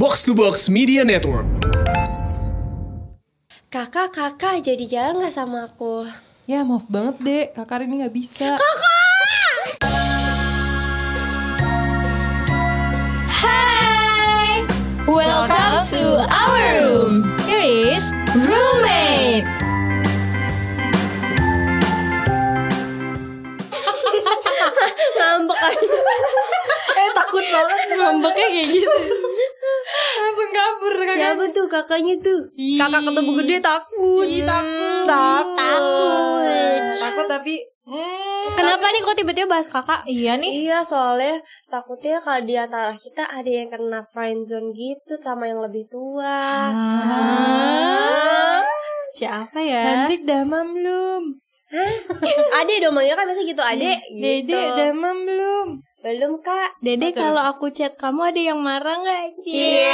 Box to Box Media Network. Kakak, kakak jadi jalan gak sama aku? Ya maaf banget dek, kakak ini nggak bisa. Hai, welcome to our room. Here is roommate. Ngambek kan? eh takut banget Ngambeknya kayak gitu. Langsung kabur kakak. Siapa tuh kakaknya tuh? Kakak ketemu gede takut. Ih, takut. Takut. Iya. Takut tapi. Hmm. Kenapa nih kok tiba-tiba bahas kakak? Iya nih. Iya soalnya takutnya kalau di antara kita ada yang kena friendzone gitu sama yang lebih tua Ah. Siapa ya? Cantik damam belum? Ade dong manggil kan biasa gitu Ade Dede damam belum? Belum kak Dede kalau aku chat kamu ada yang marah nggak? Cie.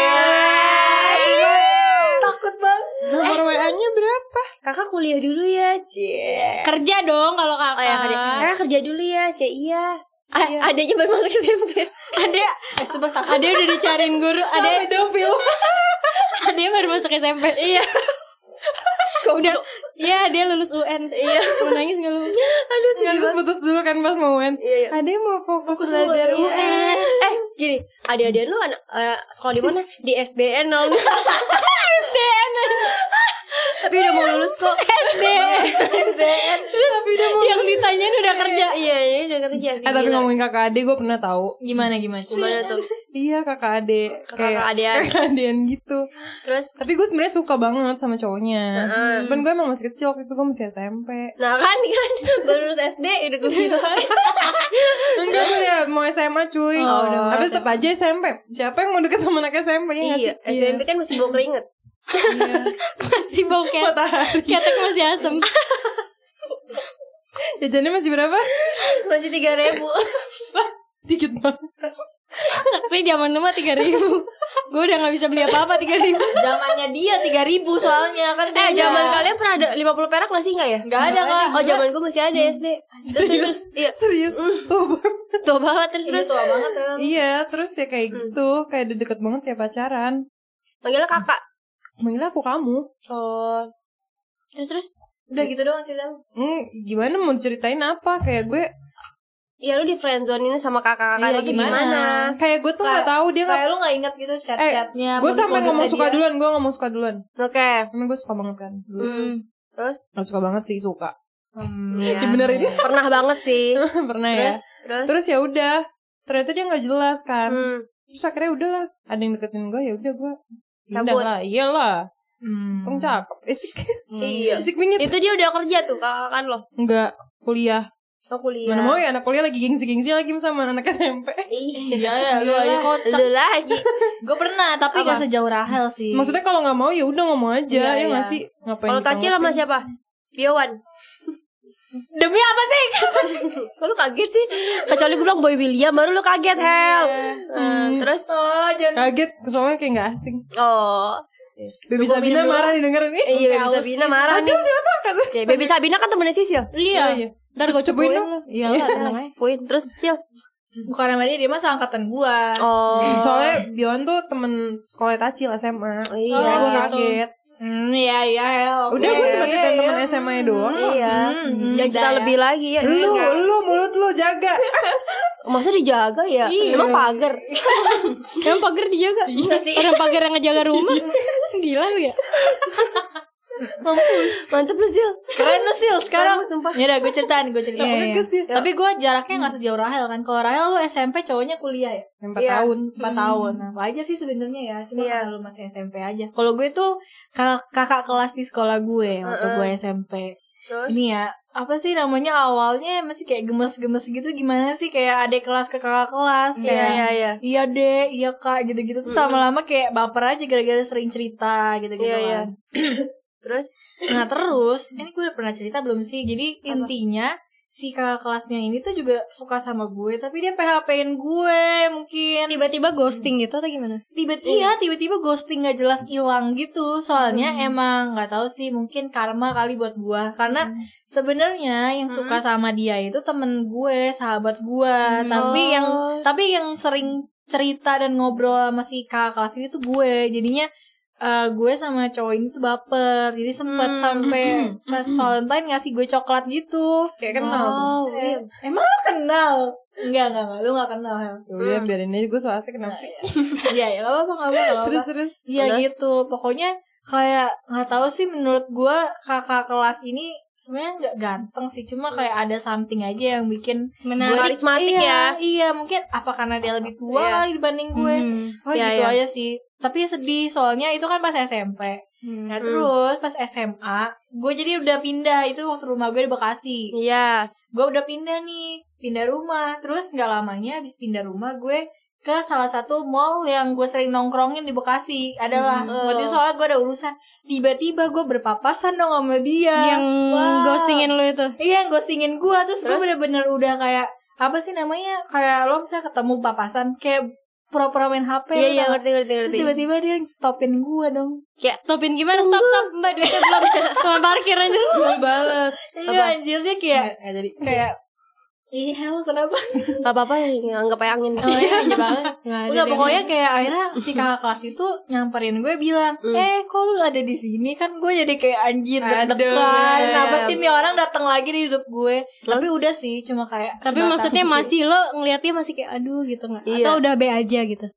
Takut banget Nomor WA-nya berapa? Kakak kuliah dulu ya Cie Kerja dong kalau kakak. Oh ya kerja Kakak kerja dulu ya Cie iya Iya. A- Adeknya baru masuk SMP Ada. Eh, sebab takut. Ada udah dicariin guru. Ada. Pedofil. Ada baru masuk SMP. Iya. udah. Iya dia lulus UN. Iya. Mau nangis nggak lu? Aduh Nggak terus putus dulu kan pas mau UN. Iya, iya. Ada yang mau fokus iya. Fokus belajar dulu, UN. Eh gini Adik-adik lu anak, eh, sekolah di mana? Di SDN dong Tapi udah mau lulus kok. SDN. Tapi udah mau. yang ditanyain udah kerja. Iya ini udah kerja sih Eh tapi gila. ngomongin kakak ade gue pernah tahu. Gimana gimana? Gimana tuh? Iya kakak ade. Kakak adean. Kakak adean gitu. Terus Tapi gue sebenarnya suka banget sama cowoknya. Heeh. Cuman gue emang masih kecil waktu itu gue masih SMP. Nah kan kan baru lulus SD udah gue bilang Enggak gue udah mau SMA cuy. Oh, udah mau Tapi tetap aja SMP. Siapa yang mau deket sama anak SMP? Ya, Iya SMP kan masih bau keringet Masih bau ketek. Ketek masih asem. Jajannya masih berapa? Masih 3000 ribu Dikit banget. Tapi zaman dulu mah 3000. Gue udah gak bisa beli apa-apa 3000. Zamannya dia 3000 soalnya kan Eh zaman kalian pernah ada 50 perak masih gak ya? Nggak ada, Kak. Oh zaman gue masih ada SD Terus terus, terus Iya Serius. Tuh. Bang. tua banget terus terus tua banget iya, terus ya kayak gitu, kayak udah deket banget ya pacaran. Manggilnya kakak Manggil aku kamu. Oh Terus terus Udah gitu doang cerita lu. Hmm, gimana mau ceritain apa? Kayak gue Ya lu di friendzone ini sama kakak-kakak Iya, lu tuh gimana? kayak gue tuh nggak tahu dia nggak lu gak inget gitu Eh, gue sampai ngomong suka dulu. duluan, gue ngomong suka duluan. Oke Emang gue suka banget kan? Dulu. Hmm. Terus Nggak suka banget sih, suka. Hmm, Iya. Dibenerin. ya. Pernah banget sih Pernah Terus ya. Iya. Terus Terus ya udah, ternyata dia nggak jelas kan. Hmm. Terus akhirnya udahlah, ada yang deketin gue ya udah gue pindah Cabut. Hmm. lah. Iyalah. hmm. Kamu cakep. Isik. Iya. Isik bingit. Itu dia udah kerja tuh kakak kan lo. Enggak kuliah. Oh kuliah. Mana mau ya anak kuliah lagi gengsi-gengsi lagi sama anak SMP. Iya, ya, lu aja kocak. Lu lagi. Gue pernah tapi Apa? nggak sejauh Rahel sih. Maksudnya kalau nggak mau ya udah ngomong aja ya Iya, nggak iya. sih ngapain? Kalau ditanggepin? Tacil sama siapa? Piawan. demi apa sih? Kok lu kaget sih? Kecuali gue bilang Boy William baru lu kaget, Iya. Hel. Hmm. Nah, terus oh, jangan kaget soalnya kayak nggak asing. Oh. Baby Gua minum Sabina dulu. marah nih dengerin ini. Iya, Baby Sabina marah nih. Tacil siapa kata? Ya, Baby Sabina kan temennya Sisil. Iya. iya. Ntar gue Cebuin cobain dong. lu. Iya lah, tenang aja. Poin terus Cil. Bukan sama dia, dia mah seangkatan gua. Hmm, Oh. Soalnya Bion tuh temen sekolah Tacil SMA. Oh, Iya, iya. gue gitu. kaget. Hmm, iya iya. Udah gue cuma ceritain temen SMA -nya doang. Iya. Hmm, hmm, Jangan cerita udah ya. lebih lagi ya. Lu, lu mulut lu jaga. Masa dijaga ya? Iya. Emang pagar. Yang pagar dijaga. Iya. Orang pagar yang ngejaga rumah. Gila lu ya. Mampus. Mantep lu, Sil. Keren lu Sil sekarang. Kamu sumpah. Ya udah gue ceritain, gue ceritain. Iya, iya. Tapi gue jaraknya nggak sejauh Rahel kan. Kalau Rahel lu SMP cowoknya kuliah ya. Empat Iya. tahun. 4 tahun. Nah, wajar sih sebenarnya ya. Cuma Iya. kalau lu masih SMP aja. Kalau gue tuh kak- kakak kelas di sekolah gue waktu gue SMP. Terus Ini ya, apa sih namanya awalnya masih kayak gemes-gemes gitu gimana sih kayak adek kelas ke kakak kelas Iya, kayak iya, iya. iya deh, iya kak gitu-gitu terus lama-lama kayak baper aja gara-gara sering cerita gitu-gitu Iya, Mm. iya. kan. Terus Nah terus, ini gue udah pernah cerita belum sih? Jadi intinya si kakak kelasnya ini tuh juga suka sama gue tapi dia PHP-in gue mungkin tiba-tiba ghosting gitu atau gimana? Tiba iya tiba-tiba ghosting nggak jelas hilang gitu soalnya emang nggak tahu sih mungkin karma kali buat gue karena sebenarnya yang Hmm. Oh. suka sama dia itu temen gue sahabat gue tapi yang tapi yang sering cerita dan ngobrol sama si kakak kelas ini tuh gue jadinya eh, gue sama cowok ini tuh baper jadi sempet Hmm, sampai mm-mm, pas mm-mm. Valentine ngasih gue coklat gitu Kayak kenal tuh. Wow, Eh, Iya. Wim. emang lu kenal Enggak, enggak, enggak. Lu gak kenal, Hel. Ya udah biarin aja gue soalnya kenapa sih. Iya, ya, gak apa-apa, gak apa-apa, gak apa-apa. Terus terus. Iya Terus? gitu. Pokoknya kayak nggak tahu sih menurut gua kakak kelas ini sebenarnya nggak ganteng sih cuma kayak ada something aja yang bikin Menarik. Nah, Karismatik ya. iya, iya mungkin apa karena dia lebih tua Iya. kali dibanding ya. gue Mhm. oh Iya, gitu iya. aja sih tapi ya sedih soalnya itu kan pas SMP nah Mhm. terus pas SMA gue jadi udah pindah itu waktu rumah gue di Bekasi Iya. gue udah pindah nih pindah rumah terus nggak lamanya habis pindah rumah gue ke salah satu mall yang gue sering nongkrongin di Bekasi adalah Hmm. waktu itu soalnya gue ada urusan tiba-tiba gue berpapasan dong sama dia Yang Wow. Hmm, ghostingin lu itu. iya yang ghostingin gue terus, gue Terus? bener-bener udah kayak apa sih namanya kayak lo bisa ketemu papasan kayak pura-pura main HP lo Iya, iya, tau gak? ngerti, ngerti, terus ngerti. tiba-tiba dia stopin gue dong Kayak stopin gimana? Stop, stop. Mbak, duitnya belum. Cuma parkir aja. Gue bales. iya anjir dia kayak Nggak jadi. kayak Ih, hell, kenapa? Gak apa-apa, nganggap aja angin. Oh, iya, anjir banget. Enggak Enggak pokoknya kayak akhirnya si kakak kelas itu nyamperin gue bilang, "Eh, kok lu ada di sini?" Kan gue jadi kayak anjir Aduh. deg-degan. Kenapa sih nih orang datang lagi di hidup gue? Tapi udah sih, cuma kayak Tapi sebatas maksudnya sih. masih lo ngeliatnya masih kayak aduh gitu nggak? Iya. Atau udah B aja gitu?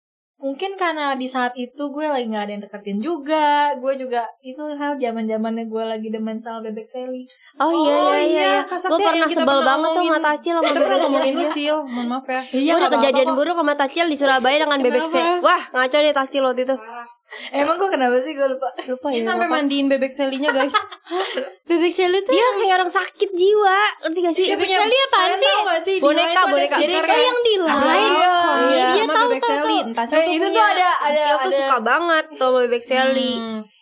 mungkin karena di saat itu gue lagi nggak ada yang deketin juga. Gue juga itu hal zaman-zamannya gue lagi demen sama bebek Sally. Oh iya, Oh, iya, iya, iya. Kak Sakti Gue pernah yang kita sebel pernah banget tuh sama ngomongin. Tacil sama Kita Bebek pernah ngomongin Sylvia. lu Cil, mohon maaf ya. Iya, Gue udah nggak apa-apa kejadian kok. buruk sama Tacil di Surabaya dengan Bebek Kenapa? Sel. Wah, ngaco deh Tacil waktu itu. Emang gue kenapa sih gue lupa? Lupa Dia ya. sampai lupa. mandiin bebek selinya guys. Bebek Sally tuh Dia kayak orang sakit jiwa. Ngerti gak Ya, sih? Bebek Sally apaan Kalian sih? tahu nggak sih? di Boneka, Hai itu ada boneka. stiker Jadi kayak, yang di line. Iya. Iya, Iya, tahu, sama bebek tahu, seli. tahu. Entah Eh, itu iya. tuh ada ada Dia tuh ada Hmm. suka banget tuh sama Bebek Sally.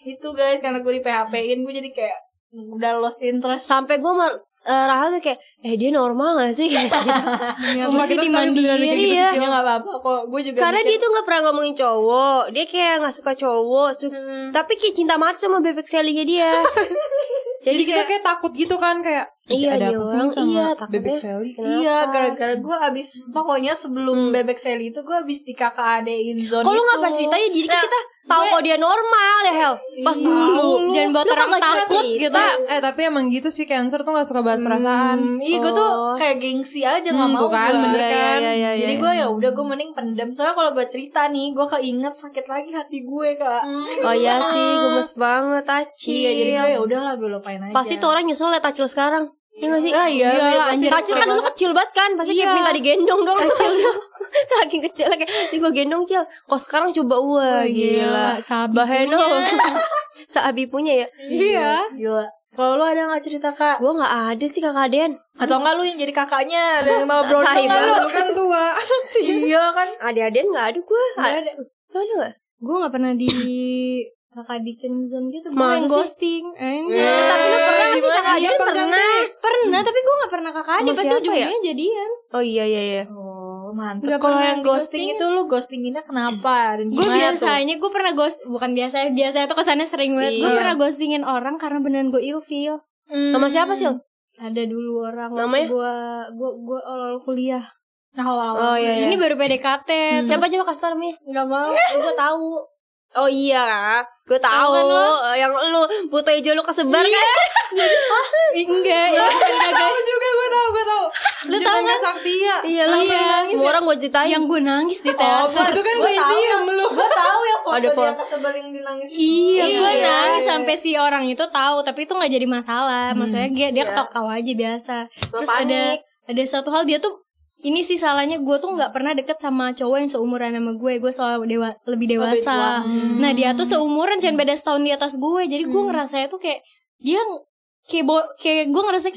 itu guys karena gue di PHP-in gue jadi kayak udah lost interest Sampai gue mar eh, Rahel tuh kayak, eh dia normal gak sih? Sumpah Masih kita tadi beneran dimandiin. kayak gitu Iya. sih, Ya Cil. nggak apa-apa kok. Gue juga Karena mikir, dia tuh gak pernah ngomongin cowok. Dia kayak gak suka cowok. su- Hmm. Tapi kayak cinta mati sama Bebek Sally-nya dia. Jadi kita kayak takut gitu kan kayak "Ih, Iya, ada dia apa sih orang, nih sama iya, bebek takutnya. seli? Iya, gara-gara gue abis pokoknya sebelum bebek Sally itu gue abis di KKAD-in zone Kalau nggak itu. pas ceritanya jadi kan kita tahu Nah, gue- Iya. kok dia normal ya Hel. Pas dulu. Jangan buat Lu orang kagak cerita takut cerita. gitu. Eh tapi emang gitu sih cancer tuh gak suka bahas perasaan. Hmm, iya gue tuh Oh. kayak gengsi aja nggak Hmm, mau tuh kan gua. Iya, bener kan. Jadi gue ya udah gue mending pendem soalnya kalau gue cerita nih gue keinget sakit lagi hati gue kak. Oh iya sih, gemes banget Aci. Hmm, Iya jadi gue ya udahlah gue lupain aja. Pasti tuh orang nyesel liat Acil sekarang. Iya gak sih? Ah, iya, Iyalah, pasti anjir. Acil kan dulu kecil banget kan, pasti kayak Iya. minta digendong dong Acil. Lagi kecil lagi. Ini gue gendong Cil. Kok sekarang coba wah gila. Sabah. Baheno. Saabi punya ya. Iya. Gila. Kalau lu ada nggak cerita kak? Gue gak ada sih kakak Aden. Atau enggak lu yang jadi kakaknya dan mau Tai berontak banget. lu? Lu kan tua. Iya kan. Ada Aden gak ada gue. Iya. Ada gak? Gue gak pernah di kakak di friendzone gitu. Gue Masa yang sih? ghosting. Eh, Enggak. Tapi lu pernah gak sih gimana? kakak Iya, Aden pegang pernah? deh. Pernah, tapi gue gak pernah kakak adik. Sama Pasti siapa ujungnya ya? jadian. Oh iya iya iya. Oh, mantep. Nggak Kalau pernah yang ghosting di-ghostingin. itu lu ghostinginnya kenapa? Dan Gue gimana tuh? biasanya, gue pernah ghost, bukan biasanya, biasanya tuh kesannya sering banget. Gue Iya. pernah ghostingin orang karena beneran gue ilfeel. Hmm. Sama siapa sih? Ada dulu orang Namanya? gue gue gue awal kuliah. Nah, Awal-awal. Oh iya iya. Ini baru PDKT. Hmm. terus- Siapa coba kasih tau namanya? Nggak mau. gue tahu. Oh iya, gue tahu Tahu kan lo? Eh, yang lu buta hijau lu kesebar kan? Enggak. ya. Tahu juga gue tahu gue tahu. Jangan Lu ya. tahu kan? Kak Saktia. Iya lah, Iya. semua orang gue ceritain. Yang gue nangis di Oh, teater. itu kan gue cium lu. Gue tahu ya foto Ada dia foto. kesebar yang dinangis. Iya, gue Iya. nangis sampai si orang itu tahu, tapi itu nggak jadi masalah. Maksudnya dia dia ketawa aja biasa. Terus panik. ada ada satu hal dia tuh ini sih salahnya gue tuh nggak pernah deket sama cowok yang seumuran sama gue. Gue selalu dewa, lebih dewasa. Iya. Nah dia tuh seumuran, cuman beda setahun di atas gue. Jadi gue ngerasanya tuh kayak dia ng- kayak bo- kayak gue ngerasa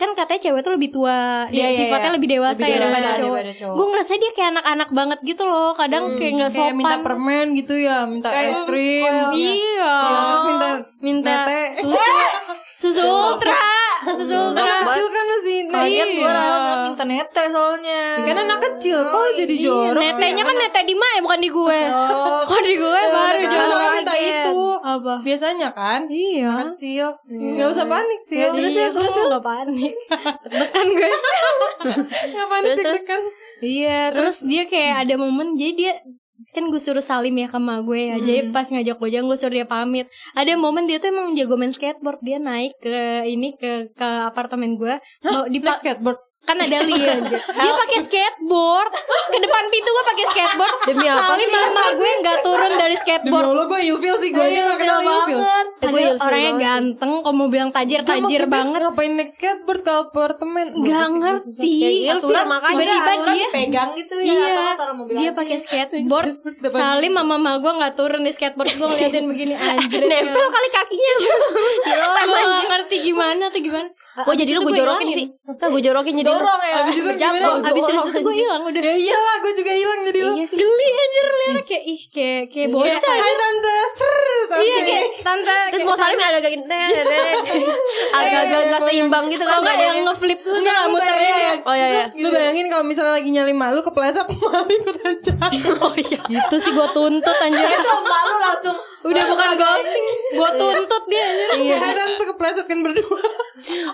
kan katanya cewek tuh lebih tua, Iya, dia iya, sifatnya iya. lebih dewasa ya daripada dewasa cowok. daripada cowok. Gue ngerasa dia kayak anak-anak banget gitu loh. Hmm, Kadang kayak nggak Kayak sopan. minta permen gitu ya, minta es krim. Iya. Iya, Terus minta minta nete. susu susu ultra susu ultra Anak kecil kan masih Kaget gue Iya. Oh, orang minta nete soalnya. Kan anak kecil kok jadi iya. jorok. sih? netenya kan nete di mak ya bukan di gue Oh. kok di gue kan baru Iya, jorok soalnya minta itu. Oh, Apa? Biasanya kan? Iya. Kecil. Gak usah panik sih. Ya, terus ya, terus ya. Gak panik. Tekan gue. Gak panik kan? Terus, terus. deg-degan. Iya, terus, dia kayak ada momen jadi dia kan gue suruh salim ya sama gue ya. Jadi pas ngajak Gojang gue suruh dia pamit. Ada momen dia tuh emang jago main skateboard, dia naik ke ini ke ke apartemen gue. Mau di Naik skateboard. kan ada lift. dia pakai skateboard. Ke depan pintu gue pakai skateboard. Demi apa Salim mama gue nggak turun dari Demi skateboard. Allah gue ilfil sih. Gue aja gak kenal Iya, ilfil. Gue orangnya ganteng, kalau mau bilang tajir Dia tajir maksudnya banget. Ngapain naik skateboard ke apartemen? Gua Gak sih, ngerti. gua susah. Aturan, gitu. tiba-tiba dia pegang gitu ya Iya, atau taruh mobil dia aja. pakai skateboard. skateboard depan Salim sama mama gue nggak turun di skateboard gue ngeliatin begini anjir. Nempel kali kakinya. Hilang gak ngerti gimana atau gimana. Oh jadi lu Abis iya. itu gue jorokin hilangin. sih Kan gue jorokin jadi Dorong ya. Abis itu gimana? Abis dari situ gue hilang udah. Ya iyalah gue juga hilang jadi lu. Iya sih. Geli anjir lihat kayak ih kayak kayak bocah. Hai tante. Ser. Iya kayak tante Terus mau salim agak-agak gini, Agak-agak gak seimbang gitu kalau kan Iya, enggak yang ngeflip tuh Enggak, enggak lu muternya bayangin ya. ya. Oh iya iya Lu bayangin kalau misalnya lagi nyali malu kepleset malu ikutan jatuh. Oh iya. Itu gitu sih gue tuntut anjir. itu mbak lu langsung Udah bukan ghosting, gue tuntut dia Iya. anjir. Heran tuh kepleset kan berdua.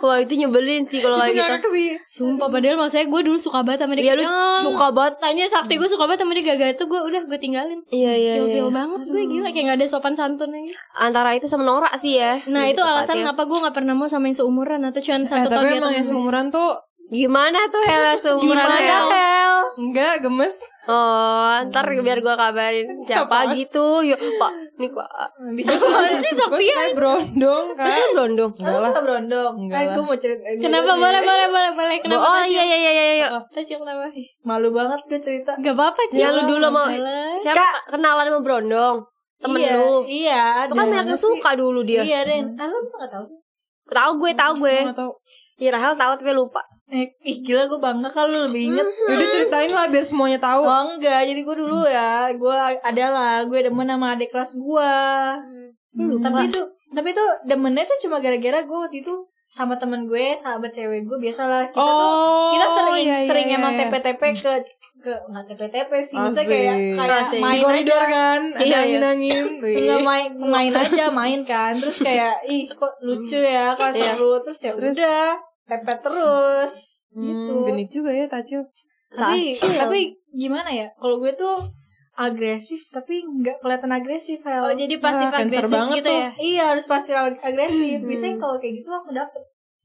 Wah itu nyebelin sih kalau kayak Itu gitu ngakak sih. Sumpah padahal maksudnya gue dulu suka banget sama dia. Ya lu Kenyang. suka banget Tanya sakti gue suka banget sama dia gagal tuh gue udah gue tinggalin. Iya iya iya Ilfil banget gue gila kayak gak ada sopan santun lagi. Antara itu sama Nora sih ya Nah Lebih itu alasan tepatnya. kenapa gue gak pernah mau sama yang seumuran atau cuman Eh, satu tapi tahun di emang atas yang gue. seumuran tuh Gimana tuh Hel seumuran Gimana, Hel? Hel? enggak gemes. Oh ntar biar gue kabarin Siapa Apaan? gitu Ya pak Nih pak "Hmm, bisa Gimana sih Sakti ya? brondong kan. Terus lu berondong Lu suka berondong Enggak Eh, lah. gue mau cerita eh, gua- Kenapa boleh boleh boleh boleh kenapa? Oh iya iya iya iya iya. Apa sih kenapa? Malu banget gue cerita Gak apa-apa sih. Ya lu dulu sama Boleh. Siapa kenalan sama Brondong? Temen iya, lu. Iya Lu kan banyak yang suka dulu dia. Iya Den Ah lu bisa gak tau sih? Tahu gue, tahu gue. Enggak tahu. Ya Rahel tahu tapi lupa. Eh, ih gila gue bangga kalau lu lebih inget Yaudah ceritain lah biar semuanya tahu. Oh enggak, jadi gue dulu ya, gue adalah gue demen sama adik kelas gue. Tapi itu, tapi itu demennya tuh cuma gara-gara gue waktu itu sama temen gue, sahabat cewek gue, biasalah kita tuh Oh, kita sering iya, iya, sering iya, emang iya. TP-TP ke ke nggak TP-TP sih, maksudnya Asik. kayak kayak Asik. di main koridor aja. kan ada Iya, iya. angin-angin Tinggal main main aja main kan terus kayak ih kok lucu ya kalau seru terus ya Iya. Terus? Hmm, udah pepet terus gitu genit juga ya tacil tapi tapi gimana ya kalau gue tuh agresif tapi nggak kelihatan agresif Hel. Oh jadi pasif cancer agresif banget gitu tuh. ya. iya harus pasif ag- agresif biasanya kalau kayak gitu langsung dapet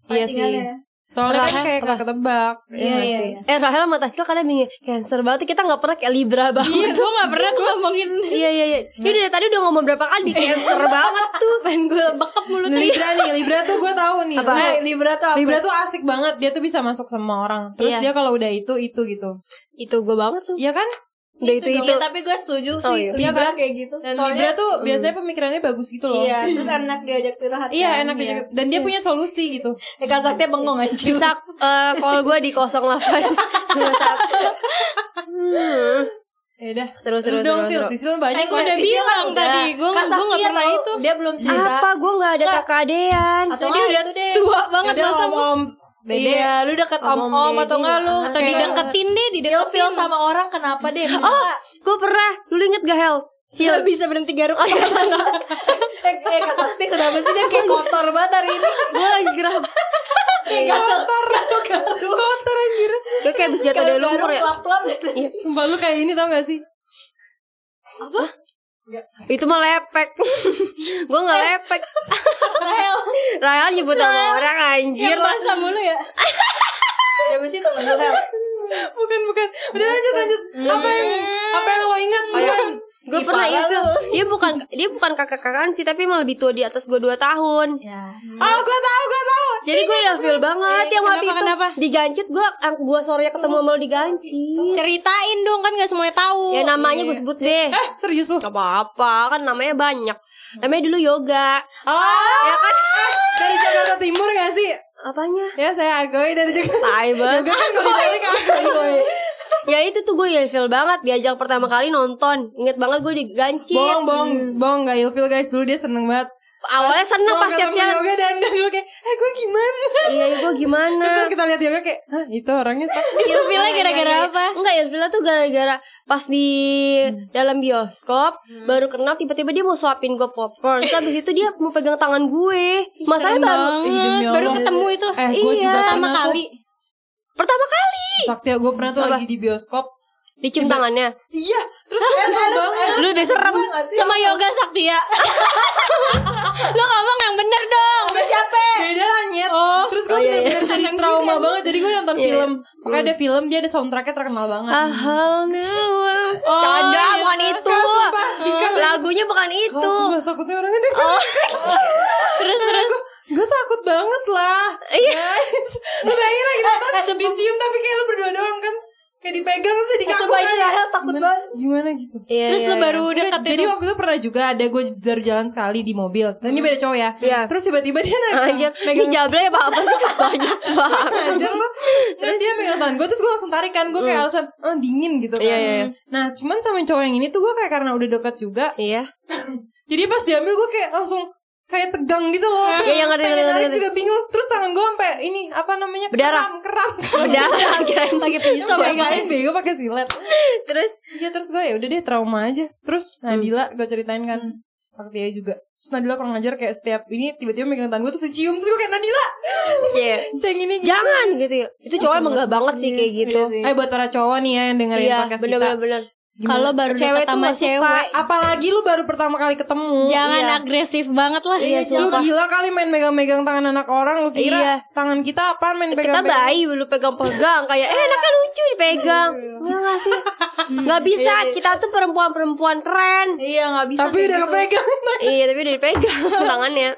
Hmm. Iya pancingannya. soalnya kan Rahel, kayak gak ketebak iya nggak iya sih? Eh Rahel sama Tasya kadang bingung cancer banget kita nggak pernah kayak Libra Iya banget. gue gak pernah tuh ngomongin. Iya iya iya. Dia dari tadi udah ngomong berapa kali cancer banget tuh. Pengen gue bekep mulut. Nah, Libra nih Libra tuh gue tahu nih Apa? Libra- Eh, Libra tuh apa? Libra tuh asik banget dia tuh bisa masuk sama orang terus Iya. dia kalau udah itu itu gitu Itu gue banget tuh. Iya kan Udah itu itu. Iya, tapi gue setuju sih Oh, iya. Libra kayak gitu dan Libra tuh biasanya pemikirannya bagus gitu loh iya terus enak diajak curhat Iya, kan, enak ya. dijaga- dan dia punya solusi gitu eh Kak Sakti bengong aja Bisa eh, call gue di 0821. ya udah Hmm. Seru seru dong seru. Sil seru. Sil banyak Eh gue udah bilang tadi gue Kak gue Sakti gak pernah atau itu. dia belum cerita Apa gue nggak ada kakadean? atau dia Ah, udah Tua banget Yaudah, masa om-om Dede. Iya, lu deket om om atau enggak lu atau dideketin deh, ilfil dideketin sama orang kenapa deh? Oh, Gue pernah. Lu inget gak Hel? Cil. Gak bisa berhenti garuk eh, eh Kak Sakti kenapa sih dia kayak kotor banget hari ini? Gue lagi geram. Kayak kotor, kotor anjir Gue kayak bisa jatuh dari lumpur ya. plap Iya. sumpah lu kayak ini tau gak sih Itu mah lepek. gue nggak lepek. Rahel Rahel nyebut nama orang anjir Iya, Yang lah. masa mulu ya Siapa sih temen lu Hel? bukan bukan udah lanjut lanjut apa yang apa yang lo ingat bukan Gue Ih, pernah parah ilfil. lu. Dia bukan dia bukan kakak-kakan sih, tapi emang lebih tua di atas gue 2 tahun. Ya. oh gue tahu gue tahu Jadi gue ilfil banget yang waktu itu Kenapa, kenapa? digancet gue gue sorenya ya ketemu sama lo digancet. Ceritain dong kan gak semuanya tahu Ya namanya gue sebut deh. eh serius lu Gak apa-apa, kan namanya banyak. Namanya dulu yoga. Oh, ya kan? dari Jakarta Timur gak sih? Apanya? Ya saya Agoy dari Jakarta. Tai banget. Yoga kan kalau ditarik Agoy. ya itu tuh gue ilfil banget diajak pertama kali nonton. Ingat banget gue digancet. Bohong, bohong, bohong gak ilfil guys. Dulu dia seneng banget. awalnya seneng pas chatnya yoga dan dan dulu kayak eh gue gimana iya gue Nah. gimana terus pas kita lihat yoga kayak Hah, itu orangnya sakit Ilfila gara-gara apa? Enggak Ilfila tuh gara-gara pas di dalam bioskop baru kenal tiba-tiba dia mau suapin gue popcorn. Terus habis itu dia mau pegang tangan gue. Masalah Keren baru banget. Ih, demi Allah. Baru ketemu itu eh gue juga pertama pernah kali. pertama kali tuh, sakti gue pernah tuh Apa? lagi di bioskop dicium tangannya. iya terus kayak serem banget Lu udah serem sama Yoga Saktia. Lo ngomong yang bener dong. Sama siapa? Beda lah nyet Terus gue bener-bener jadi trauma banget Jadi gue nonton film Pokoknya ada film Dia ada soundtracknya terkenal banget Oh, iya. A whole new world. Ah. Canda bukan itu. Ah. Lagunya bukan Wah, itu. Oh, sumpah takutnya orangnya denger Terus terus Gue takut banget lah Iya Lu bayangin lagi nonton Dicium tapi kayak lu berdua doang kan Kayak dipegang terus jadi kaku kan takut Gimana- Gimana gitu Iya, terus lo baru dekat Jadi itu. waktu itu pernah juga ada gue baru jalan sekali di mobil. Dan ini beda cowok ya. Iya. Ah, Terus tiba-tiba dia naik Anjir, ini jablay apa apa sih banyak banget. Anjir lu Terus dia megang tangan gue Terus gue langsung tarik kan Gue kayak alasan Oh dingin gitu kan Hmm. Iya, iya, iya. Nah cuman sama cowok yang ini tuh Gue kayak karena udah dekat juga Iya. Jadi pas diambil gue kayak langsung Kayak tegang gitu loh Terus Iya, iya, ngerti, pengen ngerti, narik ngerti. juga bingung Terus tangan gue sampai ini Apa namanya Berdarah. Keram Keram Udah, kirain pakai pisau. Gue main bego pakai silet Terus Iya terus gue ya udah deh trauma aja Terus Nadila Hmm. gue ceritain kan Saktia juga Terus Nadila kurang ajar kayak setiap ini Tiba-tiba megang tangan gue terus dicium Terus gue kayak Nadila Iya. Ceng ini gitu. Jangan gitu. Itu cowok emang gak banget sih kayak gitu. Eh buat para cowok nih ya yang dengerin Iya, podcast kita. bener-bener bener. Kalau baru Cewek cewek tuh sama gak suka. cewek, Apalagi lu baru pertama kali ketemu. jangan Iya. agresif banget lah. Iya, Lu sumpah. gila kali main megang-megang tangan anak orang Lu kira Iya. tangan kita apaan main Kita pegang-pegang bayi dulu pegang-pegang kayak eh enaknya lucu dipegang. Iya Hmm. gak sih? Gak bisa, kita tuh perempuan-perempuan keren. Iya nggak bisa. Tapi kayak udah gitu. kepegang Iya, tapi udah dipegang tangannya.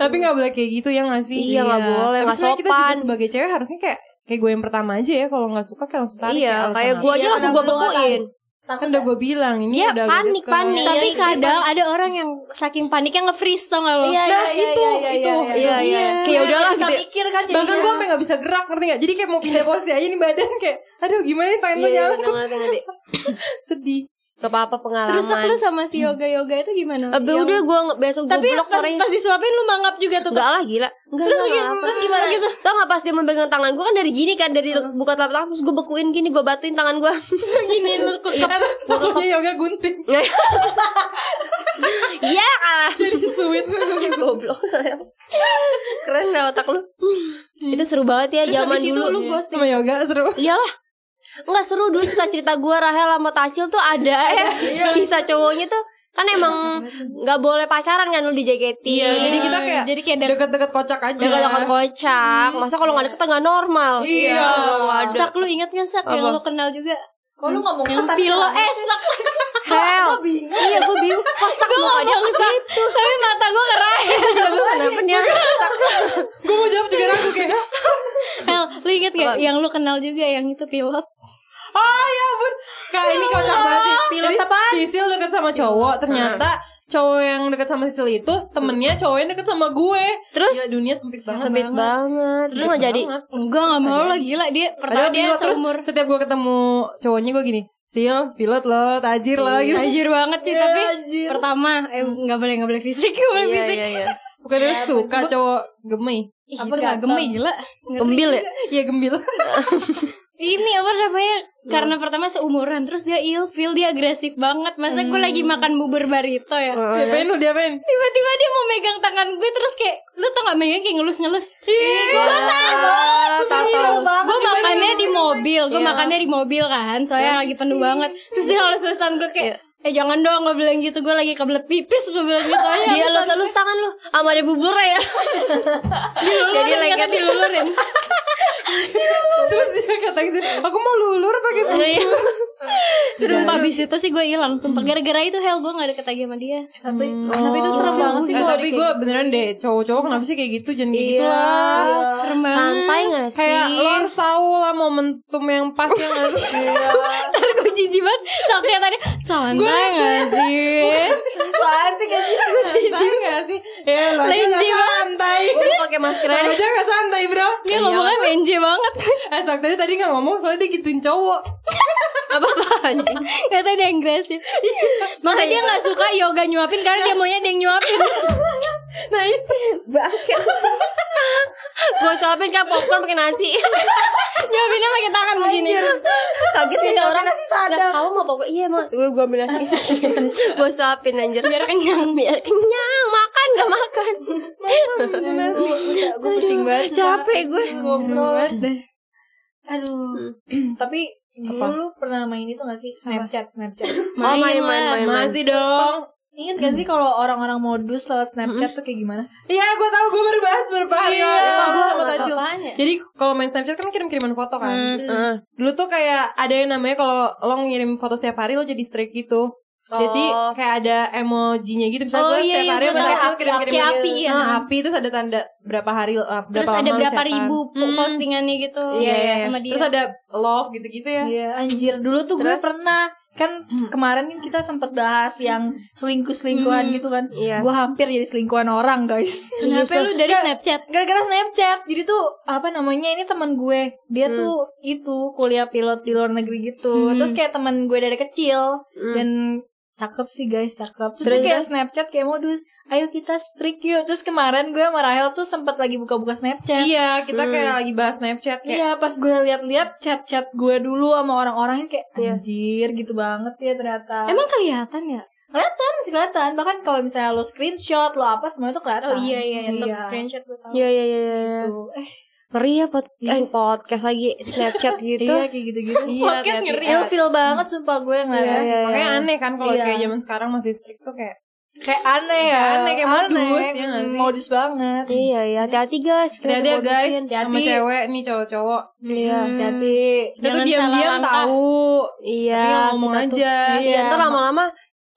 Tapi gak boleh kayak gitu ya gak sih Iya, nggak boleh, Tapi nggak sebenarnya kita juga sopan. sebagai cewek harusnya kayak Kayak gue yang pertama aja ya Kalau gak suka kayak langsung tarik Iya, ya, alasan kayak apa. gue aja Iya, langsung gue kenapa lu nggak bekuin. Kan udah gue bilang ini Iya, udah Nah, panik, deket. panik. Tapi Iya, kadang ada orang yang saking paniknya nge-freeze tau gak lo? Iya, Nah itu iya, iya, iya, itu iya, Iya, iya. Kayak udahlah gitu. Bisa ya. mikir kan Bahkan gue sampe gak bisa gerak ngerti gak Jadi kayak mau pindah posisi aja nih badan Kayak aduh gimana nih tangan gue Iya, nyampe bener, bener, bener. Sedih Gak apa-apa pengalaman. Terus lu sama si yoga-yoga itu gimana? Abis udah gue besok gue kan. Tapi blok pas, sorenya. pas disuapin lu mangap juga tuh. Enggak lah gila Enggak, Terus enggak, gim- enggak apa. terus gimana gitu? Tau gak pas dia memegang tangan gue kan dari gini kan Dari buka telapak tangan Terus gue bekuin gini Gue batuin tangan Iya, gue Gini lu kekep. Takutnya yoga gunting Iya kalah Ya, Jadi sweet Goblok Keren gak otak lu Itu seru banget Terus ya Zaman habis itu dulu lu ghosting. Sama yoga seru Iyalah Enggak seru dulu cerita-cerita gue Rahel sama Tacil tuh ada eh Iya, Kisah cowoknya tuh Kan emang Gak boleh pacaran kan lu dijagetin Iya, jadi kita kayak Jadi kayak ada deket-deket kocak aja. Juga Iya. jangan kocak Masa kalau gak deket gak normal Iya. Sak lu ingat gak Sak yang Apa? lu kenal juga? Kok lu ngomong Yang pilo eh Sak Hell Iya gue bingung Kosak muka dia ke gitu? situ Tapi mata gue ngerai Kenapa dia kosak Gue mau jawab juga ragu kayak. "Hah? Hel, lu inget gak yang lu kenal juga yang itu pilot? Oh ya ampun. Kak ini kocak banget sih. Pilot Jadi, apaan? Sisil deket sama cowok. Ternyata cowok yang deket sama Sisil itu temennya cowoknya deket sama gue. Terus? Gila, dunia sempit banget. Sempit banget Terus gak jadi banget. Enggak, gak mau lah gila dia pertama Padahal dia pilot terus seumur setiap gue ketemu cowoknya gue gini. Sil, pilot lo, tajir lo gitu. Anjir banget sih, tapi pertama eh nggak boleh nggak boleh fisik, nggak boleh fisik. Bukan suka cowok gemey. Ih, Apa gak gemey gila? Ngeri. Gembil ya Iya gembil. Ini apa namanya? Karena pertama seumuran, terus dia ilfil, dia agresif banget. Masa gue lagi makan bubur barito ya? Diapain lu diapain? Tiba-tiba dia mau megang tangan gue terus kayak lu tau gak megangnya kayak ngelus-ngelus. Gue makannya di mobil, gue makannya di mobil kan, soalnya lagi penuh banget. Terus dia ngelus-ngelus tangan gue kayak Eh jangan dong, gue bilang gitu, gue lagi kebelet pipis, gue bilang gitu aja Dia lo selus tangan lo Sama ada buburnya ya Jadi lengket dilulurin Terus dia kata gitu, aku mau lulur pakai Iya. bubur." Sumpah abis itu sih gue hilang Sumpah gara-gara itu hell gue gak deket lagi sama dia Tapi Hmm. Eh, Tapi itu serem banget sih Eh, gue tapi gue beneran deh cowok-cowok kenapa sih kayak gitu jangan kayak gitu Iya. lah Serem banget Santai gak sih kayak lo harus tahu lah momentum yang pas ya nggak sih Ntar gue jijik banget Sakti tadi Santai gak sih santai nggak sih ya lo aja nggak Lenji banget. santai Gue pakai masker lo aja nggak santai bro Dia ngomongnya lenje banget eh Sak, tadi tadi nggak ngomong soalnya dia gituin cowok apa apaan Gak tau dia yang agresif Iya. Makanya dia gak suka yoga nyuapin Karena dia maunya ada yang nyuapin Nah itu gue suapin kan popcorn pakai nasi Nyuapinnya pakai tangan begini kaget ya orang nasi padang kamu mau popcorn iya mau gue gue ambil nasi gue suapin anjir biar kenyang biar kenyang makan gak makan Gue pusing banget Capek gue Ngobrol Aduh. Hmm. Tapi dulu lu pernah main itu gak sih? Snapchat, Snapchat. oh main main lah. main, main. Masih dong Ingat gak sih kalau orang-orang modus lewat Snapchat tuh kayak gimana? Iya gue tau Gue baru bahas Beberapa hari Iya. yang lalu sama gua sama Tajil Apaan ya? Jadi kalau main Snapchat kan kirim-kiriman foto kan Hmm. Heeh. Dulu tuh kayak ada yang namanya kalau lo ngirim foto setiap hari lo jadi streak gitu Jadi kayak ada emojinya gitu Misalnya Oh, gue setiap iya, iya, hari gua sama tahu. Tajil kirim-kirim Kayak api, iya. Nah, api terus ada tanda berapa hari eh, berapa Terus lama ada lo berapa chatan. ribu Hmm. postingannya gitu Iya, iya, sama dia. Terus ada love gitu-gitu ya Iya, anjir. Dulu tuh gue pernah kan kemarin kan kita sempet bahas yang selingkuh-selingkuhan gitu kan. Gue hampir jadi selingkuhan orang, guys. Iya, Kenapa lu dari Kayak- Snapchat? Gara-gara Snapchat. Jadi tuh apa namanya ini teman gue, dia Hmm. tuh itu kuliah pilot di luar negeri gitu. Terus kayak teman gue dari kecil Hmm. dan cakep sih guys, cakep. Terus dia kan? kayak Snapchat kayak modus, ayo kita streak yuk. Terus kemarin gue sama Rahel tuh sempat lagi buka-buka Snapchat. Iya kita kayak lagi bahas Snapchat kayak Iya, pas gue lihat-lihat chat-chat gue dulu sama orang-orangnya kayak anjir gitu banget ya ternyata. Iya. Emang kelihatan ya? kelihatan sih kelihatan. Bahkan kalau misalnya lo screenshot, lo apa semua itu Ah, kelihatan. Oh iya iya, iya. Untuk Iya. screenshot gue tau Iya iya iya iya. Tuh, eh, Ngeri ya pod- eh, podcast lagi Snapchat gitu iya kayak gitu-gitu. Iya, Podcast ngeri. hati-hati. Ilfil banget sumpah gue ngeliat. Iya, Makanya aneh kan kalau Iya. kayak zaman sekarang masih strict tuh kayak Kayak aneh ya. Iya, aneh, kayak modus, ya nggak sih? Modus banget. Iya iya hati-hati guys kita Hati-hati ya guys dibodohin. sama Hati-hati. cewek nih cowok-cowok. Iya, hati-hati. Kita tuh diam-diam tahu. Iya Tapi ngomong kita tuh- aja. Iya ntar lama-lama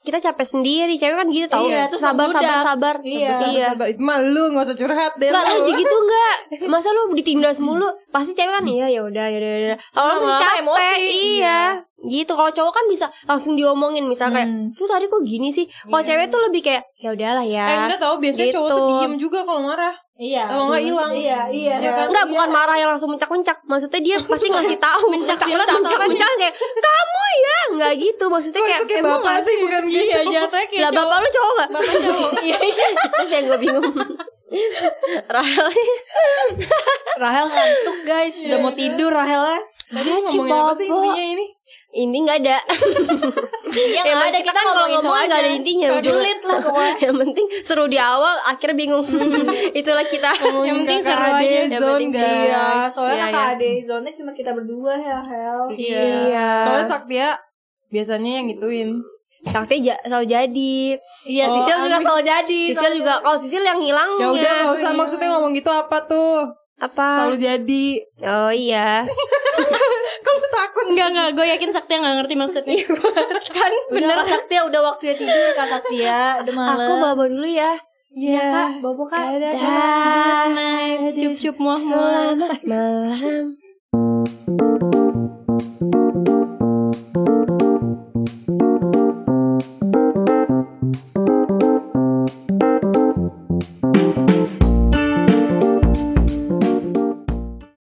kita capek sendiri Cewek kan gitu tau Iya, terus Sabar sabar membludak. sabar Iya. Iya Sabar, Iya. itu mah lu gak usah curhat deh Enggak lu. aja gitu enggak. Masa lu ditindas mulu? Pasti cewek kan iya ya udah ya udah ya udah. Awalnya Lama-lama pasti capek. emosi. Iya. Gitu kalau cowok kan bisa langsung diomongin misal kayak Hmm. lu tadi kok gini sih. Kalau cewek tuh lebih kayak ya udahlah ya. Hmm. Iya. Eh enggak tau, biasanya cowok tuh Gitu. diem juga kalau marah. Iya. Kalau nggak hilang. Iya, iya. Ya kan? Enggak, bukan marah yang langsung mencak-mencak. Maksudnya dia pasti ngasih tahu mencak-mencak, mencak-mencak kayak kamu ya, enggak gitu. Maksudnya Kok kayak Oh, itu kayak "Emang bapak sih bukan gitu. Iya, jatuhnya kayak lah bapak lu cowok gak? Bapak cowok Iya Itu sih yang gue bingung Rahel Rahel ngantuk guys, udah mau tidur Rahel ya. Tadi lu ngomongin apa sih intinya ini? Ini gak ada Yang Emang ada kita, kan ngomongin ngomong cowok nggak aja. ada intinya Julid lah pokoknya Yang penting seru di awal Akhirnya bingung Itulah kita Ngomongin penting kakak seru aja, adik, yang zone, penting guys. Iya, soalnya Iya, kakak ade zone cuma kita berdua ya, Hel. Iya. Soalnya Saktia biasanya yang gituin. Sakti ja- selalu jadi Iya, Oh, Sisil juga aneh. selalu jadi. Sisil juga Kalau Sisil yang Ah. hilang iya. Ya udah gak usah maksudnya ngomong gitu apa tuh. Apa Selalu jadi. Oh iya Kamu takut Enggak enggak gue yakin Sakti nggak ngerti maksudnya Iya. Kan Bener bener Kak Saktia udah waktunya tidur Kak Saktia Udah malam Aku bawa dulu ya Iya. bobo Kak Dah Nah, Cup-cup muah-muah Malam